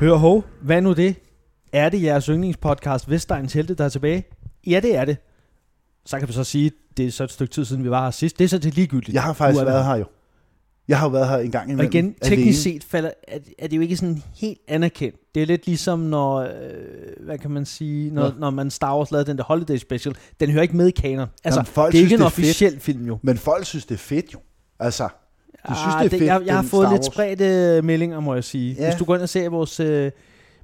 Hør hov, hvad nu det? Er det jeres yndlingspodcast Vestegns Helte, der er tilbage? Ja, det er det. Så kan vi så sige, det er så et stykke tid siden, vi var her sidst. Det er så til ligegyldigt. Jeg har faktisk Nu er vi været her jo. Jeg har jo været her en gang Og imellem. igen, alene. teknisk set falder, er, er det jo ikke sådan helt anerkendt. Det er lidt ligesom, når, øh, hvad kan man sige, når, Nå. når man Star Wars lavede den der Holiday Special. Den hører ikke med i kanon. Altså, Jamen, folk det er ikke synes, en det er fedt. officiel film jo. Men folk synes, det er fedt jo. Altså, de synes, Ah, det er fedt. jeg, jeg har den fået Star lidt Wars. spredte øh, meldinger, må jeg sige. Ja. Ja. Hvis du går ind og ser vores øh,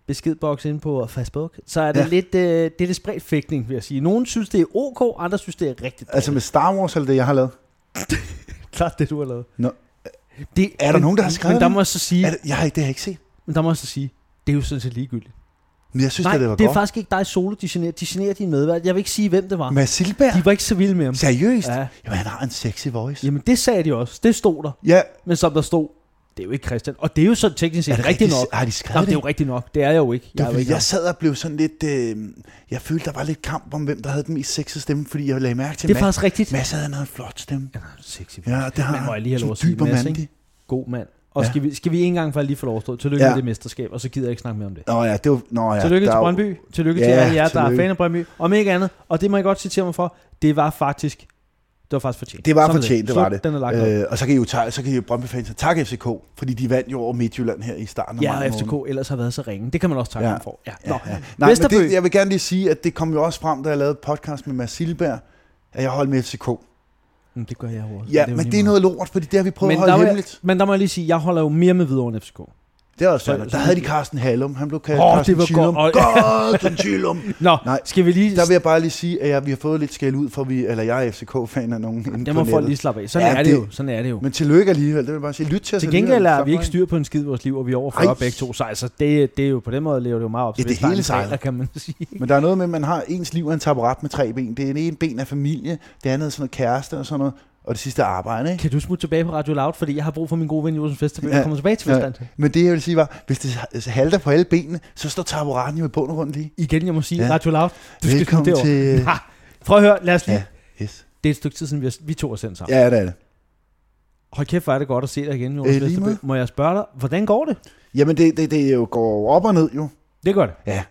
beskedboks inde på Facebook, så er det ja. Ja. lidt, øh, det er lidt spredt fægtning, vil jeg sige. Nogen synes, det er ok, andre synes, det er rigtigt Altså med Star Wars, eller det, jeg har lavet? klart det, du har lavet. Nå. Det, Er der men- nogen, der har skrevet men der det? må jeg så sige, Er det, jeg har ikke, det har jeg ikke set. men der må jeg så sige, det er jo sådan set ligegyldigt. Men jeg synes, Nej, da, det var det er godt. faktisk ikke dig solo, de generer, de generer din medvært. Jeg vil ikke sige, hvem det var. Mads Silberg? De var ikke så vilde med ham. Seriøst? Ja. Ja. Jamen, han har en sexy voice. Jamen det sagde de også. Det stod der. Ja, Men som der stod, det er jo ikke Christian. Og det er jo sådan teknisk set er det rigtigt rigtigt? nok. Har de Jamen, skrevet det er det? jo rigtigt nok. Det er jeg jo ikke. Det er var, jo fordi ikke jeg sad og blev sådan lidt... Øh, jeg følte, der var lidt kamp om, hvem der havde den mest sexede stemme, fordi jeg lagde mærke til, Det er Mads, faktisk rigtigt. Mads havde en flot stemme. Sexy. Ja, det har Men må jeg lige have Sådan lov at sige, dyb og Mads, mandig. God mand. Og Ja. skal, vi, skal vi en gang for lige få lov at stå. Tillykke Ja. med det mesterskab, og så gider jeg ikke snakke mere om det. Nå ja, det var... Nå ja, tillykke der til er jo- Brøndby. Tillykke til Ja, alle jer, der er tillykke. fan af Brøndby. Om ikke andet, og det må jeg godt citere mig for, det var faktisk, det var faktisk fortjent. Det var Sådan er fortjent, det Slut, var det. Den er lagt øh, Øh, og så kan I jo tage, så kan I jo Brøndby fansen takke FCK, fordi de vandt jo over Midtjylland her i starten af Ja, maj og måned. FCK ellers har været så ringe. Det kan man også takke Ja. ja. for. Ja. Nå. Ja, ja. Nej, men Vesterbø. det, jeg vil gerne lige sige, at det kom jo også frem, da jeg lavede podcast med Mads Silberg, at jeg holdt med FCK. Mm, Det gør jeg jo også. Ja, er jo men lige det er meget. noget lort, fordi det har vi prøvet men at holde der, må hemmeligt. jeg, men der må jeg lige sige, jeg holder jo mere med videre end FCK. Det er også Så- sådan. så- Der havde de Carsten Hallum. Han blev kaldt Åh, oh, Carsten det var Thylum. godt. Carsten Thylum. Nå, Nej. skal vi lige... Der vil jeg bare lige sige, at jeg, vi har fået lidt skæld ud, for vi, eller jeg er FCK-fan af nogen Det inde på må folk nettet. lige slappe af. Sådan Ja, er det det- jo. Sådan er det jo. Men tillykke alligevel. Altså, Det vil jeg bare sige. Lyt til os. Til gengæld alligevel. er vi ikke Sammenhæng. styr på en skid i vores liv, og vi er over 40 Ej. begge to, så altså, det, det er jo på den måde lever det jo meget op til Ja, det Vestegnen hele Teater, sejler. kan man sige. Men der er noget med, at man har ens liv er en taburet med tre ben. Det ene ene ben er familie, det andet er sådan noget kæreste og sådan noget, og det sidste er arbejde, ikke? Kan du smutte tilbage på Radio Loud, fordi jeg har brug for min gode ven Josef Festival, der Ja. kommer tilbage til Vestland. Ja. Men det, jeg vil sige, var, hvis det halter på alle benene, så står taburetten jo i bund og grund lige. Igen, jeg må sige, Ja. Radio Loud, du skal Velkommen smutte derovre. til- Ha, Prøv at høre, lad os lige. Ja. Ja. Yes. Det er et stykke tid siden, vi, har, vi to har sendt sammen. Ja, det er det. Ja. Hold kæft, hvor er det godt at se dig igen, Josef Øh, lige Vesterbø. måde. Må jeg spørge dig, hvordan går det? Jamen, det, det, det jo går op og ned jo. Det gør det. Ja.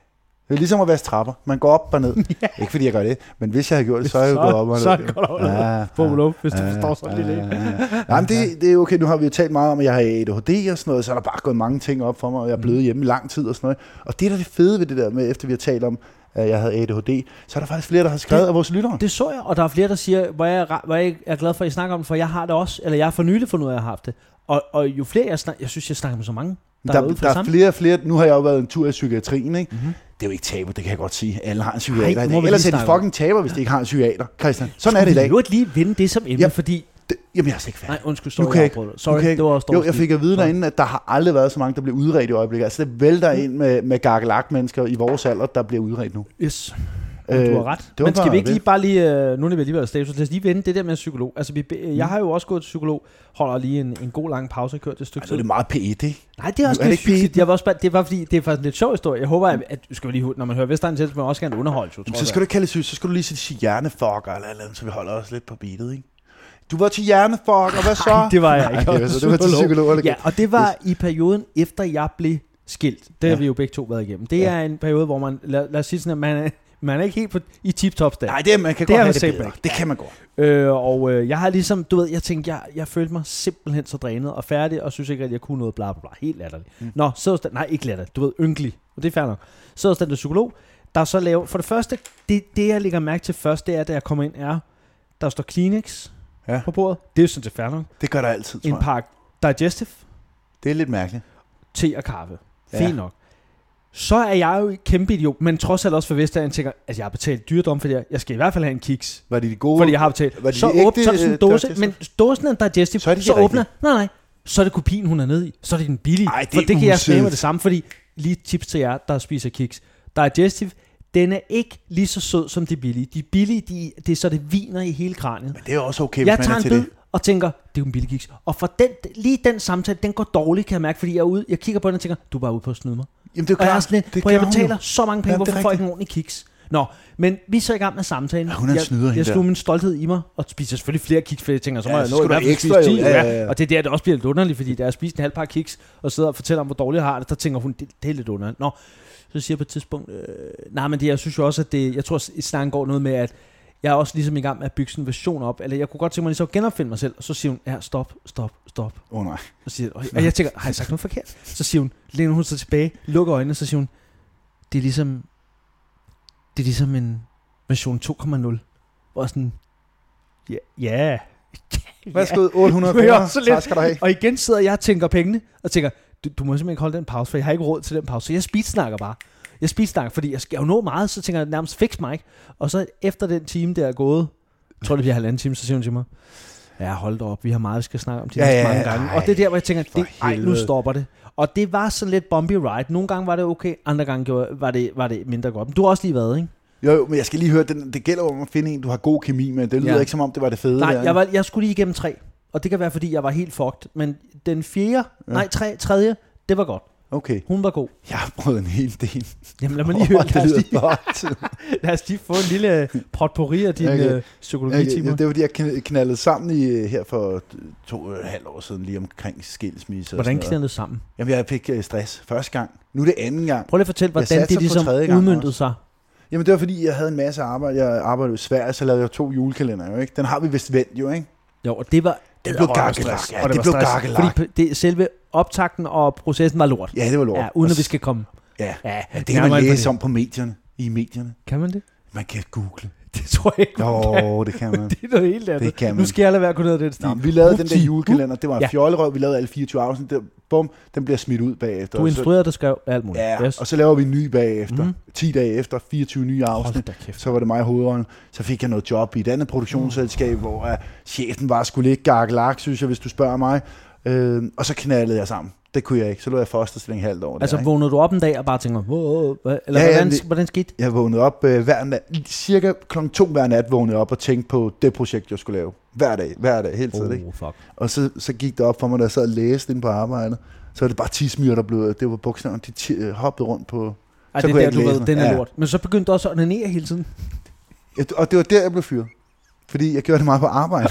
Det er ligesom at vaske trapper. Man går op og ned. ja. Ikke fordi jeg gør det, men hvis jeg har gjort det, så er jeg jo gået op og ned. Så er jo. det godt over Ja, ja, på ja, hvis du ja, forstår sådan lidt. ikke? ja. Nej, men det, det er okay. Nu har vi jo talt meget om, at jeg har ADHD og sådan noget, så er der bare gået mange ting op for mig, og Mm. jeg er blevet hjemme i lang tid og sådan noget. Og det er da det fede ved det der med, efter vi har talt om, at jeg havde ADHD, så er der faktisk flere, der har skrevet af vores lyttere. Det så jeg, og der er flere, der siger, hvor jeg, er ra- hvor jeg er glad for, at I snakker om det, for jeg har det også, eller jeg har for nylig fundet ud af, at jeg har haft det. Og, og jo flere jeg snakker, jeg synes, jeg snakker med så mange, der, Der, er der, ude for der det er samme. flere og flere. Nu har jeg jo været en tur i psykiatrien, ikke? Mm-hmm. Det er jo ikke tabu, det kan jeg godt sige. Alle har en psykiater. Ej, i det må dag. vi Ellers lige er de snakke om. fucking taber, hvis de ikke har en psykiater, Christian. Sådan er det i dag. Vi burde lige vende det som emne, ja. Ja. fordi... Det- Jamen, jeg er slet ikke færdig. Nej, undskyld, Nu sorry, kan jeg jeg ikke. afbrød dig. Nu Sorry, kan jeg det var også Jo, dårligt. jeg fik at vide derinde, at der har aldrig været så mange, der bliver udredt i øjeblikket. Altså, det vælter ind med, med gargelagt mennesker i vores alder, der bliver udredt nu. Yes, Øh, du har ret. Men skal vi ikke lige bare lige... øh, Nu er vi alligevel status. Lad os lige vende det der med psykolog. Altså, vi, be- Mm. jeg har jo også gået til psykolog. Holder lige en, en god lang pause og kørt et stykke Altså, tid. det er meget P1, ikke? Nej, det er også Er det lidt ikke pinligt? hyggeligt. Jeg var også bare, det var fordi, det er faktisk en lidt sjov historie. Jeg håber, at, at du skal jo lige, hu- når man hører Vestegn selv, skal man også gerne underholde, tror Jamen, jeg. så skal du ikke kalde det sygt, så skal du lige sige- sige hjernefucker eller et eller andet, så vi holder os lidt på beatet, ikke? Du var til hjernefuck, og hvad så? Nej, det var jeg Nej, ikke. okay, så du var til psykolog, eller Ja, og det var i perioden efter jeg blev skilt. Det har Ja. vi jo begge to været igennem. Det er en periode, hvor man, lad, lad os sige sådan, at man er, man er ikke helt på, i tip-top stand. Nej, det, man kan Det det er godt have jo det bedre. simpelthen. Det kan man godt. Øh, og øh, jeg har ligesom, du ved, jeg tænkte, jeg, jeg følte mig simpelthen så drænet og færdig, og synes ikke, at jeg kunne noget, bla bla bla, helt latterligt. Mm. Nå, så nej, ikke latterligt, du ved, ynkelig, og det er fair nok. Så er der psykolog, der så laver, for det første, det, det jeg lægger mærke til først, det er, da jeg kommer ind, er, der står Kleenex Ja. på bordet, det er jo sådan set fair nok. Det gør der altid, tror En jeg. pakke digestive, Det er lidt mærkeligt. te og kaffe. Ja. Fint nok. Så er jeg jo et kæmpe idiot, men trods alt også for Vestland tænker, at jeg har betalt dyredom, fordi jeg, jeg skal i hvert fald have en kiks, Var det de gode? fordi jeg har betalt. Uh, Var det så de ægte, åbner så er det sådan en øh, dåse, digestive? men dåsen er en digestive, Så er det de så rigtige. åbner, nej nej, så er det kopien, hun er nede i. Så er det den billige, Ej, det for er det kan jeg smage med usødt. det samme, fordi lige et tips til jer, der spiser kiks. Digestive, den er ikke lige så sød som de billige. De billige, de, det er så det viner i hele kraniet Men det er også okay, jeg hvis man tager er en til bid det. og tænker, det er jo en billig kiks. Og for den, lige den samtale, den går dårligt, kan jeg mærke, fordi jeg er ude, jeg kigger på den og tænker, du er bare ude på at snyde mig. Jamen, det er jo Og jeg er klart. sådan lidt, Det prøv, jeg gør hun jo. betaler så mange penge, Jamen, det er hvorfor får jeg rigtigt. ikke en ordentlig kiks? Nå, men vi er så i gang med samtalen. Ja, hun er en jeg, snyder, hende jeg der. slog min stolthed i mig, og spiser selvfølgelig flere kiks, for jeg tænker, så må Ja, jeg så nå i skal du hvert have fald ekstra, spise 10. jo. Ja, ja, ja. Og det er der, det også bliver lidt underligt, fordi da jeg spiste en halv par kiks, og sidder og fortæller om, hvor dårligt jeg har det, der tænker hun, det, det er lidt underligt. Nå, så siger jeg på et tidspunkt, øh, nej, men det, jeg synes jo også, at det, jeg tror, at snakken går noget med, at jeg er også ligesom i gang med at bygge sådan en version op, eller jeg kunne godt tænke mig lige så at genopfinde mig selv, og så siger hun, ja, stop, stop, stop. Åh oh, nej. Og, siger, og, og jeg tænker, har jeg sagt noget forkert? Så siger hun, læner hun sig tilbage, lukker øjnene, så siger hun, det er ligesom, det er ligesom en version 2.0. Og sådan, ja, ja. Værsgo, 800 Men jeg er kroner. også lidt- Tak skal du have. Og igen sidder jeg og tænker pengene, og tænker, du, du må simpelthen ikke holde den pause, for jeg har ikke råd til den pause. Så jeg speedsnakker bare. Jeg speedsnakker, fordi jeg skal jo nå meget, så tænker jeg nærmest, fix mig ikke. Og så efter den time, der er gået, jeg tror det bliver halvanden time, så siger hun til mig, ja, hold da op, vi har meget, vi skal snakke om de Ja, ja, næste ja, ja, mange ja, gange. ej, og det er der, hvor jeg tænker, for det, ej, nu helvede. stopper det. Og det var sådan lidt bumpy ride. Nogle gange var det okay, andre gange gjorde, var, det, var det mindre godt. Men du har også lige været, ikke? Jo, jo, men jeg skal lige høre, den, det gælder jo om at finde en, du har god kemi med. Det lyder ja. Ja. ikke som om, det var det fede. Nej, der, jeg, var, jeg skulle lige igennem tre. Og det kan være, fordi jeg var helt fucked. Men den fjerde, ja. nej, tre, tredje, det var godt. Okay, Hun var god. jeg har prøvet en hel del. Jamen lad mig lige høre, Åh, det lad os lyder lige, godt. lad os lige få en lille potpourri af øh, dine Okay. okay. Okay, psykologitimer. ja, det var fordi, jeg kn- knaldede sammen i, øh, her for øh, to og et halvt år siden, lige omkring skilsmisse. Hvordan og sådan noget. knaldede det sammen? Jamen, jeg fik øh, stress første gang. Nu er det anden gang. Prøv lige at fortælle, hvordan satte det sig på ligesom tredje gang udmyndede også. sig. Jamen, det var fordi, jeg havde en masse arbejde. Jeg arbejdede i Sverige, så lavede jeg to julekalender, jo, ikke? Den har vi vist vendt, jo, ikke? Jo, og det var... Det blev og der var gakkelagt, stress, ja, og det var blev stress, gakkelagt. Fordi p- det, selve optakten og processen var lort. Ja, det var lort. Ja, uden Og at vi s- skal komme. Ja, Ja, ja det kan nærmere man ind på læse det. om på medierne. I medierne. Kan man det? Man kan google. Det tror jeg ikke. man kan. Jo, det kan man. Det er noget helt andet. Det kan man. Nu skal jeg lade være at gå ned ad den stil. Nå, men vi lavede den der Upsi, julekalender. Det var en Ja. fjollerøv. Vi lavede alle 24 afsnit. Der, bum, den bliver smidt ud bagefter. Du Og så- instruerede, der skrev alt muligt. Ja, yes. og så laver vi en ny bagefter. Mhm. 10 dage efter, 24 nye Hold afsnit. da kæft. Så var det mig i hovedånden. Så fik jeg noget job i et andet produktionsselskab, hvor uh, chefen var skulle ligge gargelak, synes jeg, hvis du spørger mig. Øh, og så knaldede jeg sammen. Det kunne jeg ikke. Så lå jeg fosterstilling halvt år. Altså, der, ikke? vågnede du op en dag og bare tænker, "Wow, wow, hvad? eller Ja, ja, hvordan, men det- hvordan skete det? Jeg vågnede op øh, hver nat, cirka kl. 2 hver nat vågnede jeg op og tænkte på det projekt, jeg skulle lave. Hver dag, hver dag, hele tiden. Ikke? Oh, fuck. Og så, så gik det op for mig, da jeg sad og læste inde på arbejdet. Så var det bare tismyrer, der blev... Det var bogstaverne, de ti, øh, hoppede rundt på... Ej, Så det er kunne jeg der, ikke du læse ved, den. den er Ja. lort. Men så begyndte du også at onanere hele tiden. Ja, d- Og det var der, jeg blev fyret. Fordi jeg gjorde det meget på arbejde.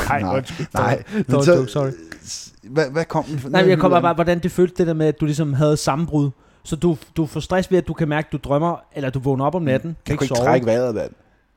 nej. Det var så- en joke, sorry. s- Hvad, hvad kom den for? Nej, men jeg kommer bare, hvordan det føltes det der med, at du ligesom havde sammenbrud. Så du, du får stress ved, at du kan mærke, at du drømmer, eller du vågner op om natten, kan Mm. Jeg ikke kunne ikke sove. trække vejret, mand.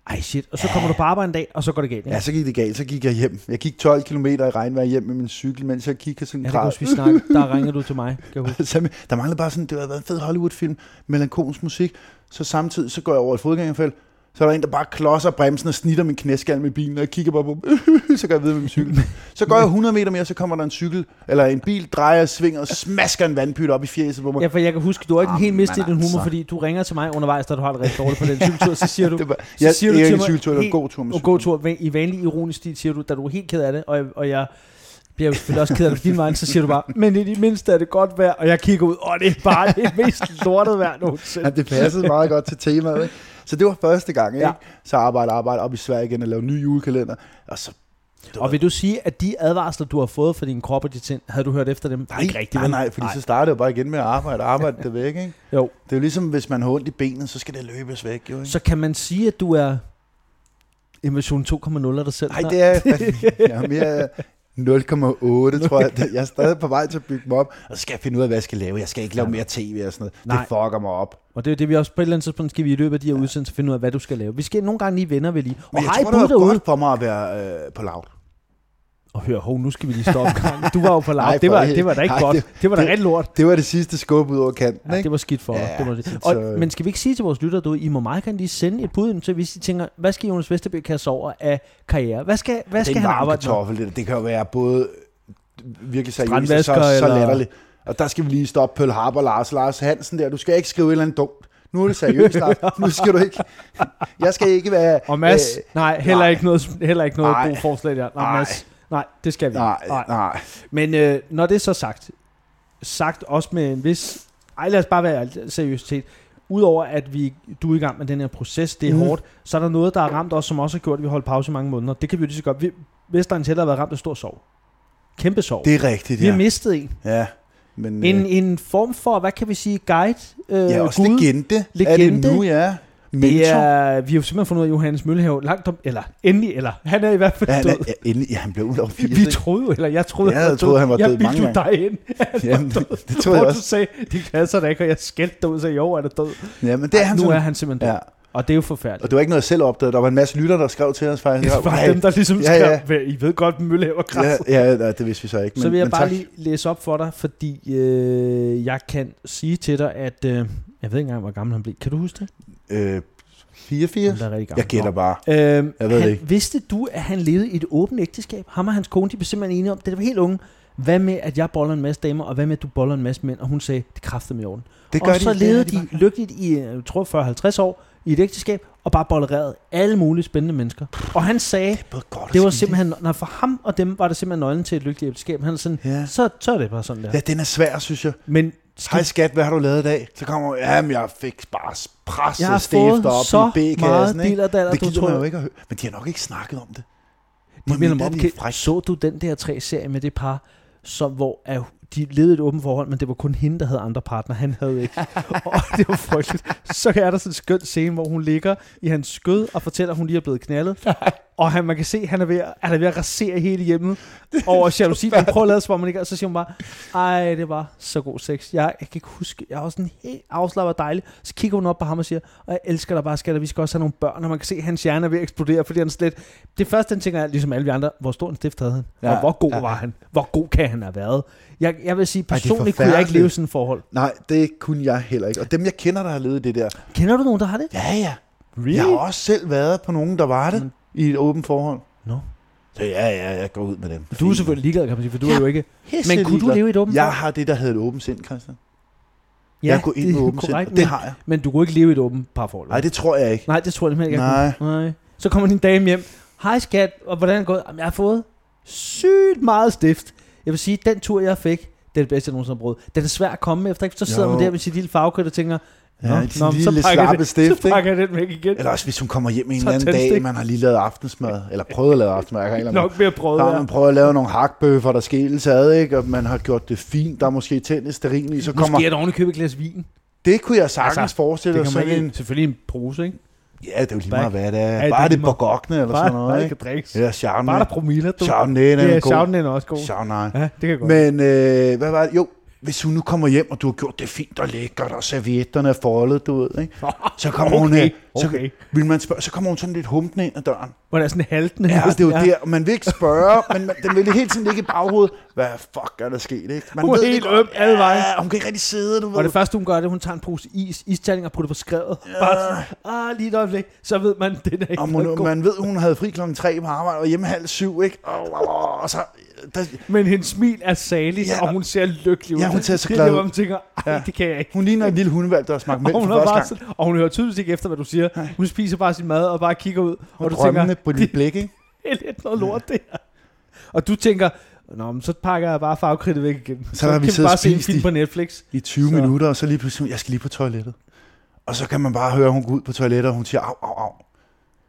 Ej shit, og så kommer du på arbejde en dag, og så går det galt. Ikke? Ja, så gik det galt. Så gik jeg hjem. Jeg gik 12 km i regnvejr hjem med min cykel, mens jeg kiggede sådan Ja, en det kan grad. huske, vi snakkede. Der ringede du til mig, kan jeg huske. Sammen- der manglede bare sådan, det havde været en fed Hollywood-film, melankolsk musik, så samtidig så går jeg over et fodgængerfelt, så er der en, der bare klodser bremsen og snitter min knæskal med bilen, og jeg kigger bare på dem. så går jeg videre med min cykel. Så går jeg 100 meter mere, så kommer der en cykel, eller en bil, drejer, svinger og smasker en vandpyt op i fjeset på mig. Ja, for jeg kan huske, du har ikke Jamen, helt mistet din humor, altså. fordi du ringer til mig undervejs, da du har det rigtig dårligt på den cykeltur, så siger du, Det var, så jeg, siger jeg, du jeg til ikke mig cykeltur, det var en helt- god tur med og god tur van- i vanlig ironisk stil, siger du, da du er helt ked af det, og jeg, og jeg bliver jo selvfølgelig også ked af det på din vej, så siger du bare, men i det mindste er det godt vejr, og jeg kigger ud, og det er bare det mest lortede vejr nogensinde. Ja, det passede meget godt til temaet. Ikke? Så det var første gang, ikke? Ja. Så arbejde, arbejde op i Sverige igen og lave ny julekalender. Og så Og vil du sige, at de advarsler, du har fået fra din krop og dit sind, havde du hørt efter dem? Nej, ikke rigtigt. nej, vel? nej, fordi nej. så starter jeg bare igen med at arbejde, arbejde det væk, ikke? Jo. Det er jo ligesom, hvis man har ondt i benet, så skal det løbes væk, jo, ikke? Så kan man sige, at du er invasion 2.0 af dig selv? Nej, det er jeg er mere 0,8, tror jeg. Jeg er stadig på vej til at bygge mig op, og så skal jeg finde ud af, hvad jeg skal lave. Jeg skal ikke lave mere tv og sådan noget. Nej. Det fucker mig op. Og det er jo det, vi også på et eller andet tidspunkt skal vi i løbet af de her udsendelser finde ud af, hvad du skal lave. Vi skal nogle gange lige vender ved lige. Og Men jeg har I tror, bud det var derude? godt for mig at være øh, på lav. Og hør, hov, nu skal vi lige stoppe gang. Du var jo på Nej, lav. Det var, for- det var da ikke nej, godt. det- Det, var da det- rigtig lort. Det var det sidste skub ud over kanten, Ja, ikke? det var skidt for os. Ja, det var det. så- Og, men skal vi ikke sige til vores lyttere, du, I må meget gerne lige sende et bud ind til, hvis I tænker, hvad skal Jonas Vesterbø kaste over af karriere? Hvad skal, hvad skal det er han en varm arbejde med? kartoffel, det, der. det kan jo være både virkelig seriøst og så, Strandvasker så eller- latterligt. Og der skal vi lige stoppe Pøl Harper, Lars, Lars Hansen der. Du skal ikke skrive et eller andet dumt. Nu er det seriøst, Lars. Nu skal du ikke... Jeg skal ikke være... Og Mads, Øh, øh, nej, heller nej. ikke noget, heller ikke noget Nej. god forslag der. Nej, Nej. Mads, nej, det skal vi nej, ikke. nej, nej. Men øh, når det er så sagt, sagt også med en vis, ej lad os bare være ærlig, seriøsitet, udover at vi, du er i gang med den her proces, det er Mhm. mm. hårdt, så er der noget, der har ramt os, som også har gjort, at vi holdt pause i mange måneder. Det kan vi jo lige så godt. Vi, Vestegns heller har været ramt af stor sorg. Kæmpe sorg. Det er rigtigt, vi har ja. mistet en. ja. Men, en. øh, En form for, hvad kan vi sige, guide, øh, ja, også gud. legende. Er det Legende. nu, ja. Det mentor. er, vi har jo simpelthen fundet ud af, at Johannes Møllehave langt om, eller endelig, eller han er i hvert fald Ja, han, død. er, ja, endelig, ja, han blev ulovlig. Vi troede, eller jeg troede, Ja, jeg troede, han var jeg død bildte mange jo dig ind. Jamen, det, det tror Tror jeg jeg du også. sagde, det passer da ikke, og jeg skældte dig ud og sagde, jo, han er død. Ja, men det er han nu sådan. er han simpelthen død. Ja. Og det er jo Og forfærdeligt. det var ikke noget, jeg selv opdagede. Der var en masse lytter, der skrev til os faktisk. Det Ja, var dem, der ligesom Ja, skrev, ja. ja, I ved godt, Møllehave er kraftet. ja, ja, nej, det vidste vi så ikke. Men, så vil jeg men bare tak. lige læse op for dig, fordi øh, jeg kan sige til dig, at øh, jeg ved ikke engang, hvor gammel han blev. Kan du huske det? Øh, Han 84? er rigtig gammel. Jeg gætter bare. Øhm, Jeg ved han, det ikke. Vidste du, at han levede i et åbent ægteskab? Ham og hans kone, de blev simpelthen enige om, det var helt unge. Hvad med, at jeg boller en masse damer, og hvad med, at du boller en masse mænd? Og hun sagde, det kræfter mig i orden. Det gør og så de, levede det de, lykkeligt i, øh, jeg tror, 40-50 år i et ægteskab, og bare bollerede alle mulige spændende mennesker. Og han sagde, Både godt og det var skidt. simpelthen, når for ham og dem var det simpelthen nøglen til et lykkeligt ægteskab. Han er sådan, Ja. så, så er det bare sådan der. Ja, den er svær, synes jeg. Men skal Hej skat, hvad har du lavet i dag? Så kommer hun, jamen jeg fik bare Jeg har presset fået stifter op så i B-kassen. meget ikke? dillerdaller, det du gider tror man jo jeg. ikke at høre. Men de har nok ikke snakket om det. De minder mig om, det er Kjeld, frækt. så du den der tre serie med det par, som, hvor at de levede et åbent forhold, men det var kun hende, der havde andre partner, han havde ikke. og det var frygteligt. Så er der sådan en skøn scene, hvor hun ligger i hans skød og fortæller, at hun lige er blevet knaldet. og han, man kan se, at han er ved, at- han er ved at rasere hele hjemmet over jalousi. Men prøver at lade, som om man ikke, og så siger hun bare, ej, det var så god sex. Jeg, jeg kan ikke huske, jeg var sådan helt afslappet og dejlig. Så kigger hun op på ham og siger, og jeg elsker dig bare, skat, og vi skal også have nogle børn, og man kan se, at hans hjerne er ved at eksplodere, fordi han slet... Det første, han tænker, er, ligesom alle vi andre, hvor stor en stift havde han, ja, Ja, og hvor god ja. ja. var han, hvor god kan han have været. Jeg, jeg vil sige, Ej, det er personligt kunne jeg ikke leve i forfærdeligt. sådan et forhold. Nej, det kunne jeg heller ikke. Og dem, jeg kender, der har levet i det der. Kender du nogen, der har det? Ja, ja. Jeg har også selv været på nogen, der var det Men- i et åbent forhold. Nå. Så ja, ja, jeg går ud med dem. Du er selvfølgelig ligeglad, kan man sige, for du ja. er jo ikke... Pisse Men kunne du ligeglad. leve i et åbent Jeg forhold? har det, der hedder et åbent sind, Christian. Ja, jeg går ind med det er åbent sind, korrekt, og det men, har jeg. men du kunne ikke leve i et åbent parforhold. Nej, det tror jeg ikke. Nej, det tror jeg simpelthen ikke. Nej. jeg kunne. Nej. Så kommer din dame hjem. Hej skat, og hvordan er det gået? Jamen, jeg har fået sygt meget stift. Jeg vil sige, den tur, jeg fik, det er det bedste, jeg nogensinde har brugt. Den er svær at komme efter, ikke? Så sidder Jo. man der med sit lille fagkød og tænker, Ja, Nå, nå, sådan en så lille pakker jeg slappe det- stift, så ikke? pakker jeg den væk igen. Eller også, hvis hun kommer hjem en Så eller anden tændstik. dag, man har lige lavet aftensmad, eller prøvet at lave aftensmad. Jeg kan ikke lade mig- Nok mere prøvet. Der har ja. man prøvet at lave nogle hakbøffer, der skilles ad, ikke? og man har gjort det fint. Der er måske tændt sterin i, så kommer... Måske er der oven købe et glas vin. Det kunne jeg sagtens Altså, altså, forestille Det mig. kan man Sådan ikke, en... selvfølgelig en pose, ikke? Ja, det er jo lige Bare- meget, hvad det det er er. Bare lige det meget. bogogne eller Bare, sådan bare noget. det Ikke? kan drikkes. Eller Bare der Chardonnay. promille, du. Chardonnay, den Ja, er god. Chardonnay er også god. Chardonnay. Ja, det kan godt. Men øh, hvad var det? Jo, hvis hun nu kommer hjem, og du har gjort det fint og lækkert, og servietterne er foldet, du ved, ikke? Så kommer hun, Okay, øh, så, okay. vil man spørge, så kommer hun sådan lidt humpende ind ad døren. Hvor der er sådan halten. Ja, altså, det er jo der, og man vil ikke spørge, men man, den vil hele tiden ligge i baghovedet. Hvad fuck er der sket, ikke? Man Hun er ved det helt godt. øm alle veje. Ja, hun kan ikke rigtig sidde, du ved. Og det første, hun gør, det er, at hun tager en pose is, isterning og putter på skrevet. Ja. Bare sådan, ah, lige et øjeblik, så ved man, det er ikke Og noget man, god. man ved, hun havde fri klokken tre på arbejde, og hjemme halv syv, ikke? Og, og, og, og så... Der, Men hendes smil er salig, ja. Ja. og hun ser lykkelig ud. Ja, hun ser så Det er glad der, ud. hvor man tænker, ej, ja. Ja. det kan jeg ikke. hun ligner en lille hundevalg, der har smagt mælk Og hun, for er første bare gang. sådan, og hun hører tydeligvis ikke efter, hvad du siger. Nej. Hun spiser bare sin mad og bare kigger ud. Og, Og du drømmende tænker, på dit blik, ikke? det er lidt noget lort, det her. Og du tænker, Nå, men så pakker jeg bare farvekridtet væk igen. Så, har vi kan siddet og bare se en spist film i- på Netflix. i 20 Så- så. minutter, og så lige pludselig, jeg skal lige på toilettet. Og så kan man bare høre, at hun går ud på toilettet, og hun siger, au, au, au. Nå,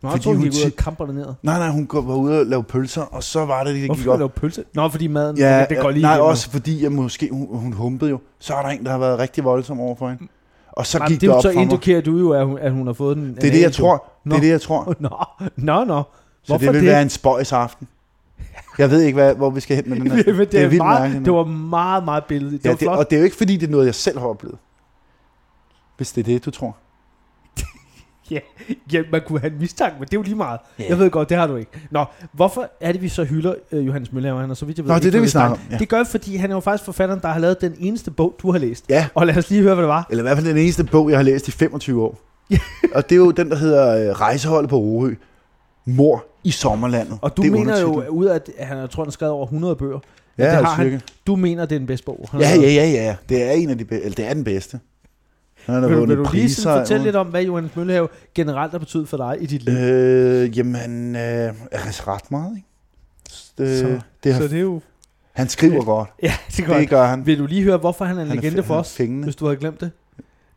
jeg Fordi tror, hun hun gik ud og tit- kamper dernede. Nej, nej, hun går var ude og lave pølser, og så var det, det Hvorfor gik skulle hun op. lave pølse? Nå, fordi maden, Ja, okay, det går lige nej, igennem. også fordi, at måske hun, hun humpede jo. Så er der en, der har været rigtig voldsom overfor hende. Og så Nej, gik det, det, er jo op så for mig. indikerer du jo, at hun, at hun har fået den. Det er det, jeg tror. Det Nå. er det, jeg tror. Nå, nå, nå. Så Hvorfor det vil være en spøjs aften. Jeg ved ikke, hvad, hvor vi skal hen med den her. Men det, er vildt meget, mærkeligt. det var meget, meget billedligt. Det ja, var det, flot. og det er jo ikke, fordi det er noget, jeg selv har oplevet. Hvis det er det, du tror. Ja, ja, man kunne have en mistanke, men det er jo lige meget. Jeg ved godt, det har du ikke. Nå, hvorfor er det, vi så hylder øh, Johannes Møller? Han er så vidt jeg ved. Nå, det er ikke det, vi noget snakker om. om, ja. Det gør vi, fordi han er jo faktisk forfatteren, der har lavet den eneste bog, du har læst. Ja, Og lad os lige høre, hvad det var. Eller i hvert fald den eneste bog, jeg har læst i 25 år. og det er jo den, der hedder øh, Rejseholdet på Orø. Mor i sommerlandet. Og du det er mener jo, undertitlen. at ud af, at han jeg tror, han har skrevet over 100 bøger. Ja, det det har har cirka. Du mener, det er den bedste bog. han har Ja, lavet. ja, ja, ja. Det er, en af de be- eller, det er den bedste. Han har Vil, du- vundet vil du lige priser. sådan og fortælle lidt om, hvad Johannes Møllehave generelt har betydet for dig i dit liv? Øh, jamen, han øh, er altså ret meget, ikke? Øh, Så- så, det har, Så så, det er jo... han skriver godt. Ja, det er Det godt. gør han. Vil du lige høre, hvorfor han er en Han er legende fe- for han er os, fængende. hvis du havde glemt det?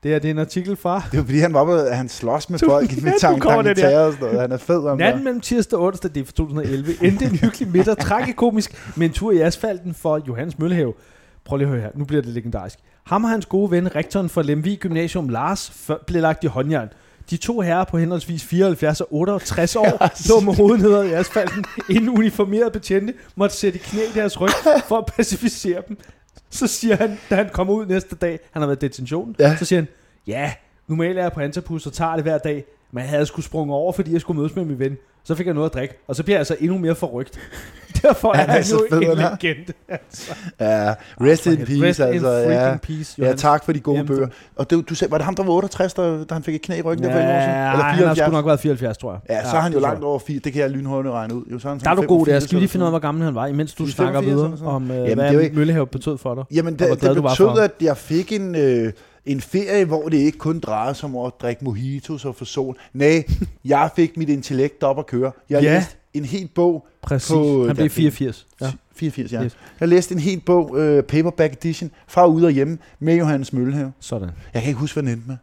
Det er, det er en artikel fra Det var fordi, han var oppe, at han slås med Du- folk Ja, med du tang, kommer tang i det der. tæer og sådan noget. Han er fed. Om Natten mellem tirsdag og onsdag, det er fra 2011, endte en hyggelig middag, tragikomisk, med en tur i asfalten for Johannes Møllehave. Prøv lige at høre her, nu bliver det legendarisk. Ham og hans gode ven, rektoren for Lemvi Gymnasium, Lars, før, blev lagt i håndjern. De to herrer på henholdsvis 74 og 68 år lå med hovedet nedad i asfalten, inden uniformerede betjente måtte sætte i knæ i deres ryg for at pacificere dem. Så siger han, da han kommer ud næste dag, han har været i detention, Ja. så siger han, ja, normalt er jeg på Antapus og tager det hver dag, men jeg havde sgu sprunget over, fordi jeg skulle mødes med min ven. Så fik jeg noget at drikke, og så bliver jeg altså endnu mere forrygt. Derfor er Han er han så jo fed, en han er. legende. Ja, rest in peace, Ah, Rest in altså. ja. freaking peace, ja, Johan. tak for de gode Jamen, bøger. Og det, du sagde, var det ham, der var 68, der, der han fik et knæ i ryggen? Ja, der for en år siden? Eller han har sgu nok været 74, tror jeg. Ja, så er han jo det tror langt over 80. Det kan jeg lynhurtigt regne ud. Jo, så er han Der er du sådan god der. 85, Skal vi lige finde ud af, hvor gammel han var, imens du Du er snakker 85 videre eller sådan om, øh, Jamen, det hvad er jo det ikke- Møllehave betød for dig? Jamen, Og hvor det, glad det du var betød, for ham. at jeg fik en, øh, en ferie, hvor det ikke kun drejede sig om at drikke mojitos og få sol. Nej, jeg fik mit intellekt op at køre. Jeg Ja. læste en hel bog, Præcis. På- han blev Ja, 84. Ja. ja. 84 ja. Yes. Jeg læste en hel bog, øh, paperback edition, fra ude og hjemme, med Johannes Møllehave. Sådan. Jeg kan ikke huske, hvad den endte med.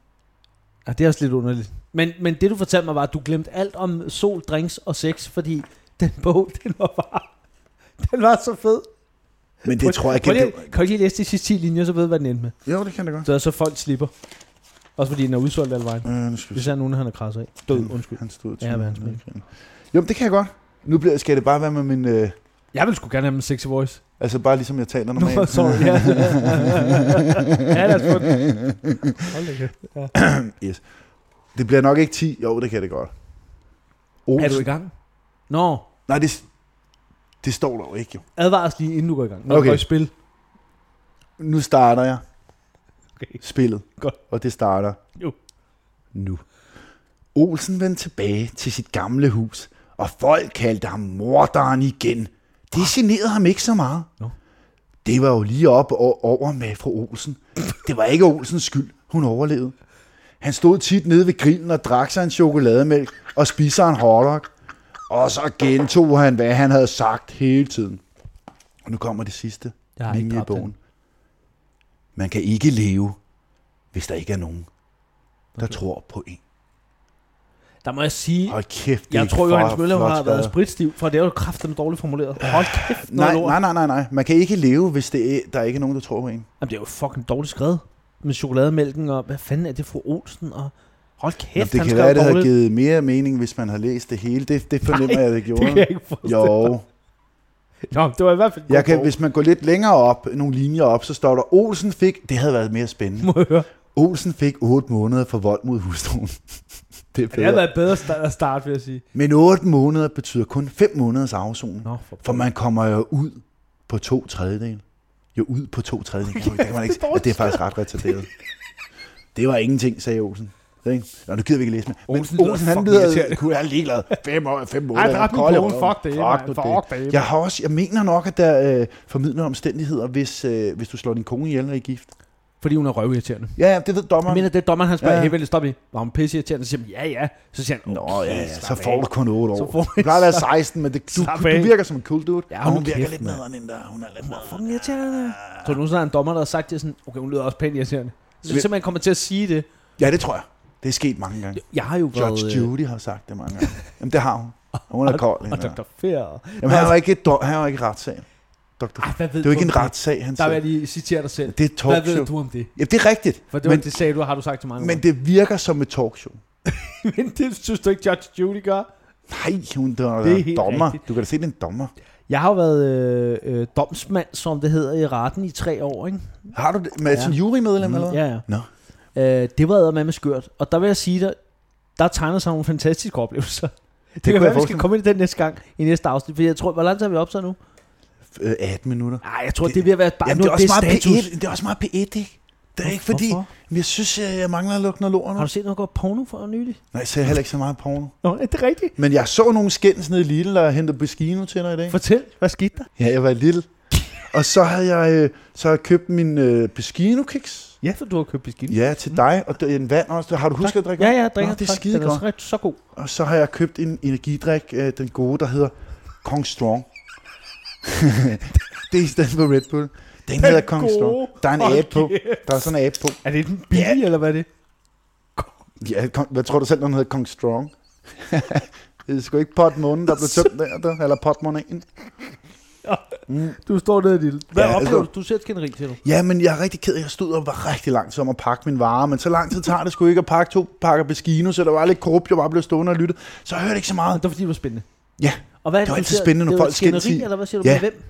Ja, det er også lidt underligt. Men, men det du fortalte mig var, at du glemte alt om sol, drinks og sex, fordi den bog, den var bare... Den var så fed. Men det tror jeg Prøv ikke. lige- Kan du lige læse de sidste 10 linjer, så ved du, hvad den endte med. Jo, det kan det godt. Så, så folk slipper. Også fordi den er udsolgt alle vejen. Øh, nu skal vi Især nogen, han er krasset af. Mm. Død, undskyld. Han stod Ja, hvad han smed. Jo, men det kan jeg godt. Nu bliver, skal det bare være med min... Øh, Jeg vil sgu gerne have en sexy voice. altså bare ligesom jeg Nå, taler normalt. sorry. Ja, ja lad os få den. Hold da kæft. yes. Det bliver nok ikke 10. Jo, det kan det godt. Olsen. Er du i gang? Nå, Nej, det, s- det står der jo ikke, jo. advares lige inden du går i gang. Når okay. Okay. du går i spil. Nu starter jeg Okay. spillet. Godt. Og det starter Jo. nu. Olsen vendte tilbage til sit gamle hus, og folk kaldte ham morderen igen. Det generede ham ikke så meget. Nå. Det var jo lige op og over med fru Olsen. Det var ikke Olsens skyld, hun overlevede. Han stod tit nede ved grillen og drak sig en chokolademælk og spiste sig en hotdog. Og så gentog han, hvad han havde sagt hele tiden. Og nu kommer det sidste Jeg har ikke linje i dræbt bogen. den. Man kan ikke leve, hvis der ikke er nogen, der tror på en. Der må jeg sige, Hold kæft, det er jeg tror jo, for Hans Møller flot har været skrevet. spritstiv, for det er jo kraften dårligt formuleret. Hold kæft, noget Nej, lort. nej, nej, nej, nej. Man kan ikke leve, hvis det er, der ikke er nogen, der tror på en. Jamen, det er jo fucking dårligt skrevet. Med chokolademælken, og hvad fanden er det, fru Olsen? Og hold kæft, Nå, det han kan skrev være, det havde dårligt. givet mere mening, hvis man havde læst det hele. Det, det fornemmer Nej, jeg, det gjorde. Det kan jeg ikke forstå. jo, Nå, det var i hvert fald en god jeg kan, bog, hvis man går lidt længere op, nogle linjer op, så står der, Olsen fik, det havde været mere spændende, må jeg høre. Olsen fik 8 måneder for vold mod hustruen. Ja, det er det havde bedre. været bedre sta- at starte, vil jeg sige. Men 8 måneder betyder kun 5 måneders afsoning. Nå, for, For man kommer jo ud på to tredjedel. Jo, ud på to tredjedel. Det, kan man ikke. dårligt. Ja, det er faktisk ret retarderet. Det var ingenting, sagde Olsen. Ikke? Nå, nu gider vi ikke læse med. Men Olsen Olsen, lyder Olsen han fucking irriterende. lyder kunne han er ligeglad. Fem år, fem måneder. dræb min kold i kone. røven. Fuck det, mand. nu Fuck det, mand. Jeg har også, jeg mener nok, at der øh, formidler omstændigheder, hvis, øh, hvis du slår din kone ihjel og er i gift. fordi hun er røvirriterende. Ja, ja, det ved Jeg dommeren. mener, det er dommeren, han spørger, Ja. hey, vel, stop i. Var hun pisse irriterende? Så siger han, ja, ja. Så siger han, okay, Nå ja, ja, så slap får af. du kun 8 Så år. får Du du- plejer at være 16, men det, du, Slap du af. virker som en cool dude. Ja, og hun hun er virker kæft, lidt mand. nederen end der. Hun er lidt nederen. Fucking irriterende. Tror du nogensinde, der er en dommer, der har sagt det sådan, okay, hun lyder også pænt irriterende. Så Men- simpelthen kommer til at sige det. Ja, det tror jeg. Det er sket mange gange. Jeg har jo været... Judge øh, Judy har sagt det mange gange. Jamen, det har hun. Hun er kold. Og hende der. Dr. Fair. Jamen, han var ikke, do- han var ikke retssag. Doktor. Ej, hvad ved Det er jo ikke du en om retssag, han Der vil jeg sagde. lige citere dig selv. Det er et Hvad ved talkshow. du om det? Ja, det er rigtigt. For det, var, men, men, det sagde du, har du sagt til mange men det virker som et talkshow. men det synes du ikke, Judge Judy gør? Nej, hun der Det er er helt dommer. rigtigt. Du kan da se, det er en dommer. Jeg har jo været øh, øh, domsmand, som det hedder, i retten i tre år, ikke? Har du det? Men er det sådan en jurymedlem eller hvad? Mm. Ja, ja. Nå. Øh, det var med med skørt. Og der vil jeg sige dig, der tegner sig nogle fantastiske oplevelser. Det, det kunne kan jeg være, vi skal forestille komme ind i den næste gang, i næste afsnit. For jeg tror, hvor lang tid har vi optaget nu? Øh, 18 minutter. Nej, jeg tror, det, det vil være bare Jamen, nu det er også meget status. P1. Det er også meget P1, ikke? Det er ikke fordi, Hvorfor? men jeg synes, jeg jeg mangler at lukke noget lort nu. Har du set noget godt porno for nylig? Nej, jeg ser heller ikke så meget porno. Nå, er det rigtigt? Men jeg så nogle skændes nede i Lille, og hentede Beskino til dig i dag. Fortæl, hvad skete der? Ja, jeg var lille. Og så havde jeg, øh, så havde jeg købt min øh, Beskino kiks. Ja, for du har købt biskind. Ja, til dig, og det er en vand også. Har du husket at drikke Mm. Ja, vand? ja, jeg drikker. Nå, det er tak. skide Den er godt. så, rigtig- så god. Og så har jeg købt en energidrik, øh, den gode, der hedder Kong Strong. det er i stedet for Red Bull. Den, hedder Kong gode. Strong. Der er en Hold abe på. kæft. Der er sådan en abe på. Er det den billige, eller hvad er det? Ja, Kong, hvad tror du selv, den hedder Kong Strong? det er sgu ikke potmånen, der blev tømt der, der, eller potmånen. Mm. Du står nede i dit... Hvad Ja, ja, oplever altså- du? Du ser et skænderi, siger du. Ja, men jeg er rigtig ked af, at jeg stod og var rigtig langt om at pakke min vare, men så lang tid tager det sgu ikke at pakke to pakker Beskino, så der var lidt korrupt, jeg bare blev stående og lytte. Så jeg hørte ikke så Og meget. det var fordi, det var spændende. Ja, Og hvad er Det var du altid ser? spændende, når Det var folk et skænderi, skændes i- Eller hvad siger du? Ja. Med hvem?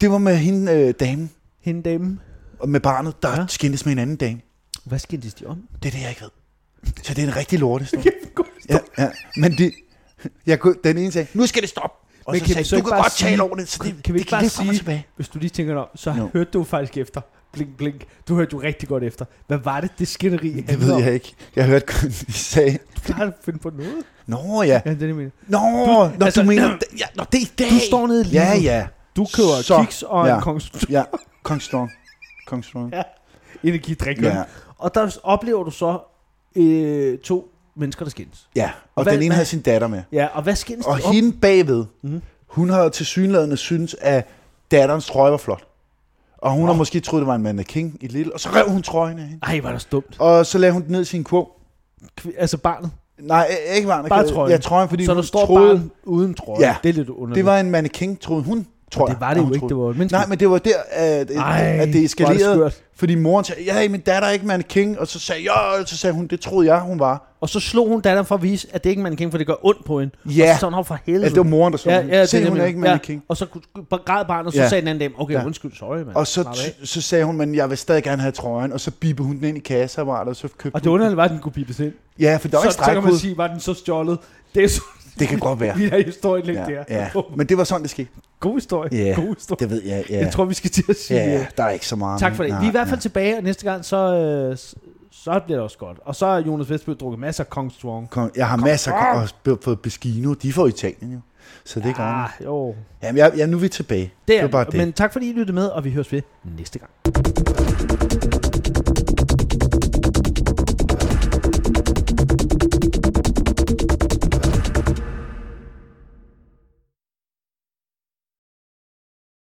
det var med hende øh, damen Hende dame. og med barnet, der Ja. ja. skændes med en anden dame. Hvad skændtes de om? Det er det, jeg ikke ved. Så det er en rigtig lortestof. ja, ja. Men det, jeg kunne, den ene sagde, nu skal det stoppe. Og Men men så kan sagde, vi så ikke jeg, du kan bare godt sige- tale ordentligt, så kan- det, kan vi det ikke bare lidt frem og sige- tilbage. Hvis du lige tænker dig om, så no. Jo. hørte du faktisk efter. Blink, blink. Du hørte jo rigtig godt efter. Hvad var det, det skænderi? Det ved jeg ikke. Jeg hørte kun, de sagde, Du klarer at finde på noget. Nå ja, Ja, det er det, jeg mener. Nå, du, når altså- altså, du mener, ja, når det er i dag. Du står nede lige Ja, nu. ja, Du køber Så- kiks og ja. en kongs ja. Kong Strong. Kong Strong. Ja. energidrik. Ja, Ja. Og der oplever du så øh, to mennesker, der skændes. ja. og Hvad- den ene hvad- havde sin datter med. Ja, og hvad skændes de Og om? hende bagved, Mhm. hun havde til synlædende synes, at datterens trøje var flot. Og hun har måske troet, det var en mannequin i lille, og så rev hun trøjen af hende. Ej, var det dumt. Og så lagde hun den ned i sin kurv. Kv- altså barnet. Nej, øh, ikke var Bare trøjen. Ja, trøjen, fordi så hun der står troede, barn uden trøje. Ja. Det er lidt underligt. det var en mannequin, troede hun, tror jeg. det var det at jo hun ikke, det troede. var et menneske. Nej, men det var der, at, Ej, Ej, at det hvor er eskalerede. det skørt. fordi moren sagde, ja, min datter er ikke mannequin. Og så sagde jeg, "Jo," så sagde hun, det troede jeg, hun var. Og så slog hun datteren for at vise, at det ikke er mannequin, for det gør ondt på hende. Ja. Og så sådan, for helvede. Ja, det var moren, der sagde, ja, ja, se, det hun er nemlig- ikke mannequin. Og så kunne- græd barnet, og så ja. Ja. sagde den anden dame, okay, ja. Ja. undskyld, sorry, mand. Ja. Og så, Slap af. så sagde hun, men jeg vil stadig gerne have trøjen. Og så bippede hun den ind i kasseapparatet, og så købte Og det hun- underlige var, at den kunne bippes ind. Ja, for der Så, var ikke så kan man stregkode. sige, var den så stjålet. Det er så, Det kan godt være. vi har historien lidt der. Ja, ja. Men det var sådan, det skete. God historie. Ja, God historie. Det ved jeg, ja. Jeg tror, vi skal til at sige Ja, ja. der er ikke så meget. Tak for det. Nej, Vi er i hvert fald nej. tilbage, og næste gang, så, øh, s- så bliver det også godt. Og så har Jonas Vestby drukket masser af Kong Strong. Kom, jeg har masser af og fået Beskino. De får Italien jo. Så det er godt. Ah, jo. Jamen, jeg, jeg, nu er vi tilbage. Det var er, bare det det. men tak fordi I lyttede med, og vi høres ved næste gang.